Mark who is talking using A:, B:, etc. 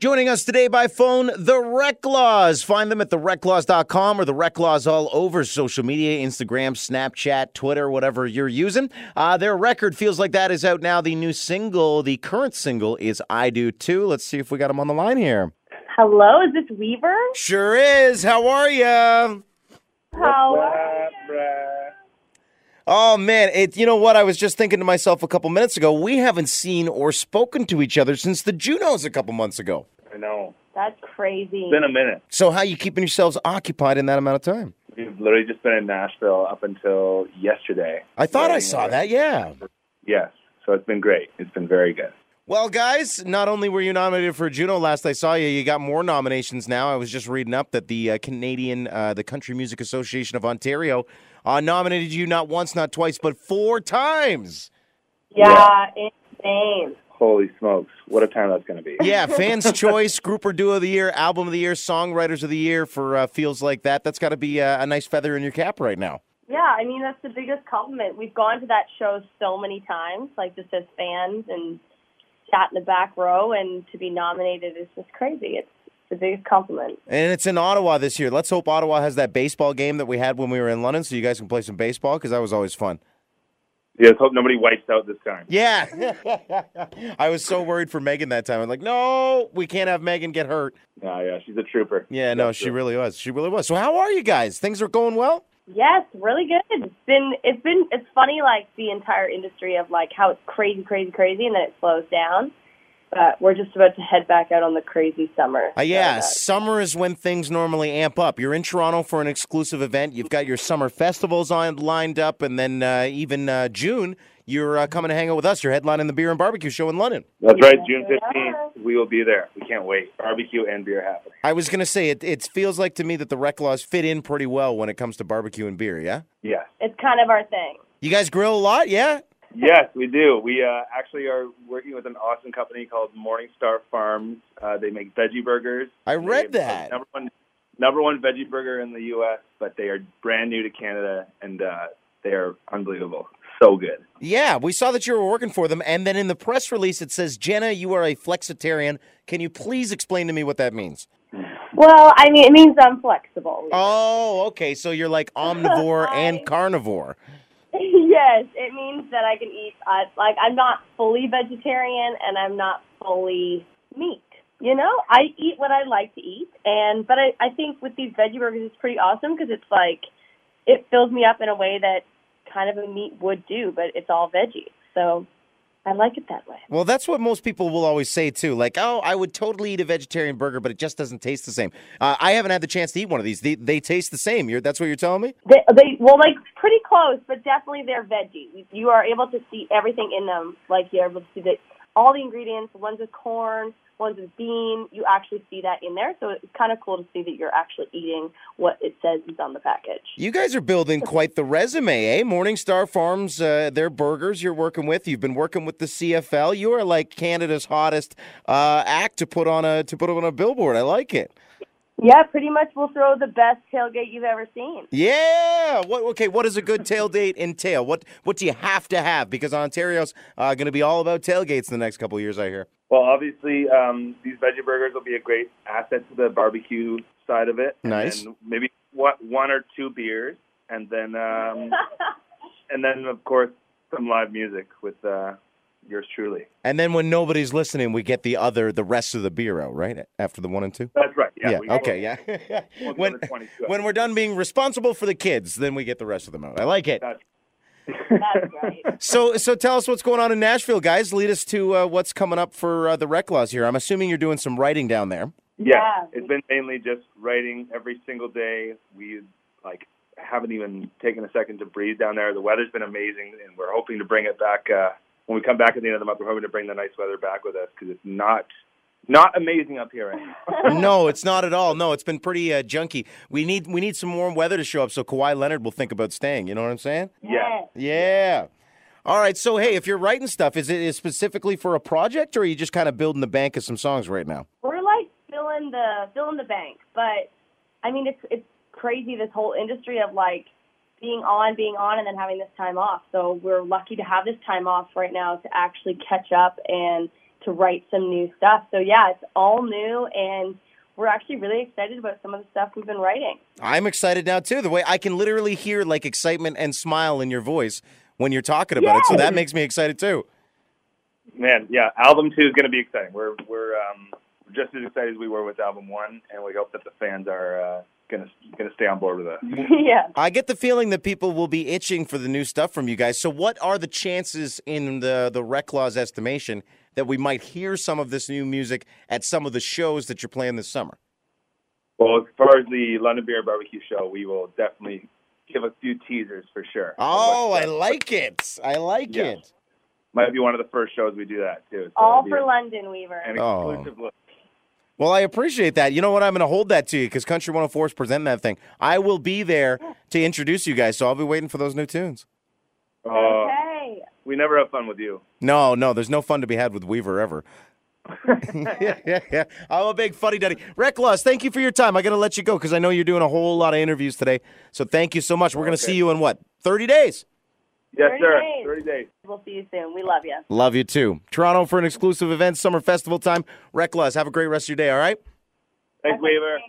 A: Joining us today by phone, the Reclaws. Find them at thereclaws.com or the Reclaws all over social media Instagram, Snapchat, Twitter, whatever you're using. Uh, their record feels like that is out now. The new single, the current single, is I Do Too. Let's see if we got them on the line here.
B: Hello, is this Weaver?
A: Sure is. How are you?
B: How
A: Oh man, it you know what? I was just thinking to myself a couple minutes ago, we haven't seen or spoken to each other since the Junos a couple months ago.
C: I know.
B: That's crazy.
C: It's been a minute.
A: So how you keeping yourselves occupied in that amount of time?
C: We've literally just been in Nashville up until yesterday.
A: I thought I
C: Yeah,
A: saw
C: yeah.
A: that, yeah.
C: Yes. So it's been great. It's been very good.
A: Well, guys, not only were you nominated for a Juno last I saw you, you got more nominations now. I was just reading up that the uh, Canadian, uh, the Country Music Association of Ontario, uh, nominated you not once, not twice, but four times.
B: yeah, insane.
C: Holy smokes. What a time that's going to be.
A: Yeah, Fans Choice, Group or Duo of the Year, Album of the Year, Songwriters of the Year for uh, Feels Like That. That's got to be uh, a nice feather in your cap right now.
B: Yeah, I mean that's the biggest compliment. We've gone to that show so many times, like just as fans and sat in the back row and to be nominated is just crazy. It's the biggest compliment.
A: And it's in Ottawa this year. Let's hope Ottawa has that baseball game that we had when we were in London so you guys can play some baseball because that was always fun.
C: Yeah, let's hope nobody wipes out this time.
A: Yeah. I was so worried for Megan that time. I'm like, no, we can't have Megan get hurt.
C: Yeah, yeah. She's a trooper.
A: Yeah, no, she really was. She really was. So, how are you guys? Things are going well?
B: Yes, really good. It's been it's been it's funny like the entire industry of like how it's crazy, crazy, crazy and then it slows down. But we're just about to head back out on the crazy summer.
A: Uh, yeah,
B: So, uh,
A: summer is when things normally amp up. You're in Toronto for an exclusive event. You've got your summer festivals on lined up, and then uh, even uh, June, you're uh, coming to hang out with us. You're headlining the beer and barbecue show in London.
C: That's right. June
B: Yeah.
C: 15th, we will be there. We can't wait. Barbecue and beer happening.
A: I was gonna say it. It feels like to me that the Rec Laws fit in pretty well when it comes to barbecue and beer. Yeah,
C: Yes.
B: it's kind of our thing.
A: you guys grill a lot. Yeah,
C: Yes, we do. We uh, actually are working with an awesome company called Morningstar Farms. Uh, they make veggie burgers.
A: I read
C: They- uh,
A: that.
C: Number one, number one veggie burger in the U.S., but they are brand new to Canada, and uh, they are unbelievable. So good.
A: Yeah, we saw that you were working for them, and then in the press release it says, "Jenna, you are a flexitarian." Can you please explain to me what that means?
B: Well, I mean, it means I'm flexible.
A: Oh, okay. So you're like omnivore and
B: Hi.
A: carnivore.
B: yes, it means that I can eat. Uh, like I'm not fully vegetarian, and I'm not fully meat. You know, I eat what I like to eat, and but I, I think with these veggie burgers, it's pretty awesome because it's like it fills me up in a way that kind of a meat would do, but it's all veggie. So I like it that way.
A: Well, that's what most people will always say too. Like, oh, I would totally eat a vegetarian burger, but it just doesn't taste the same. Uh, I haven't had the chance to eat one of these. They, they taste the same. You're, that's what you're telling me?
B: They, they well, like pretty close, but definitely they're veggie. You are able to see everything in them. Like you're able to see the, all the ingredients. One's with corn, one's with bean. You actually see that in there, so it's kind of cool to see that you're actually eating what it says is on the package.
A: You guys are building quite the resume, eh? Morningstar Farms, uh, their burgers you're working with. You've been working with the CFL. You are like Canada's hottest uh, act to put on a to put on a billboard. I like it.
B: Yeah, pretty much. We'll throw the best tailgate you've ever seen.
A: Yeah. What? Okay. What does a good tail date entail? What What do you have to have? Because Ontario's uh, going to be all about tailgates in the next couple of years. I hear.
C: Well, obviously, um, these veggie burgers will be a great asset to the barbecue side of it.
A: Nice.
C: And then maybe one one or two beers, and then um, and then of course some live music with uh, yours truly.
A: And then when nobody's listening, we get the other, the rest of the bureau, right? After the one and two.
C: That's right. Yeah. we-
A: okay. Yeah.
C: we'll- we'll
A: when
C: do the 22.
A: When we're done being responsible for the kids, then we get the rest of them out. I like it.
C: That's
B: That's right.
A: So, so tell us what's going on in Nashville, guys. Lead us to uh, what's coming up for uh, the Rec Laws here. I'm assuming you're doing some writing down there.
C: Yeah,
B: Yeah.
C: it's been mainly just writing every single day. We like haven't even taken a second to breathe down there. The weather's been amazing, and we're hoping to bring it back uh, when we come back at the end of the month. We're hoping to bring the nice weather back with us because it's not not amazing up here. Right now.
A: no, it's not at all. No, it's been pretty uh, junky. We need we need some warm weather to show up so Kawhi Leonard will think about staying. You know what I'm saying?
C: Yeah.
A: Yeah. All right. So, hey, if you're writing stuff, is it is specifically for a project, or are you just kind of building the bank of some songs right now?
B: we're like filling the filling the bank. But I mean, it's it's crazy this whole industry of like being on, being on, and then having this time off. So we're lucky to have this time off right now to actually catch up and to write some new stuff. So yeah, it's all new and we're actually really excited about some of the stuff we've been writing.
A: I'm excited now too. The way I can literally hear like excitement and smile in your voice when you're talking about it, so that makes me excited too.
C: Man, yeah, album two is going to be exciting. We're we're um, just as excited as we were with album one, and we hope that the fans are uh, going to going to stay on board with us.
B: yeah.
A: I get the feeling that people will be itching for the new stuff from you guys. So, what are the chances in the the Rec Law's estimation that we might hear some of this new music at some of the shows that you're playing this summer?
C: Well, as far as the London Beer Barbecue show, we will definitely give a few teasers for sure.
A: Oh, I
C: What's-
A: like it. I like
C: Yeah.
A: it.
C: might be one of the first shows we do that too. So
B: All
C: it'll be
B: for London Weaver.
C: an
A: Oh.
C: exclusive look.
A: Well, I appreciate that. You know what? I'm going to hold that to you because Country 104 is presenting that thing. I will be there to introduce you guys, so I'll be waiting for those new tunes.
C: Oh,
B: Okay.
C: we never have fun with you.
A: No, no, there's no fun to be had with Weaver ever. yeah, yeah, yeah. I'm a big fuddy duddy. Reckless, thank you for your time. I got to let you go because I know you're doing a whole lot of interviews today. So thank you so much. We're going to
C: Okay.
A: see you in what, 30 days?
C: Yes,
B: 30
C: sir.
B: days.
C: Thirty days.
B: We'll see you soon. We love you.
A: Love you too. Toronto for an exclusive event, summer festival time. Reckless, have a great rest of your day, all right?
C: Thanks, Weaver.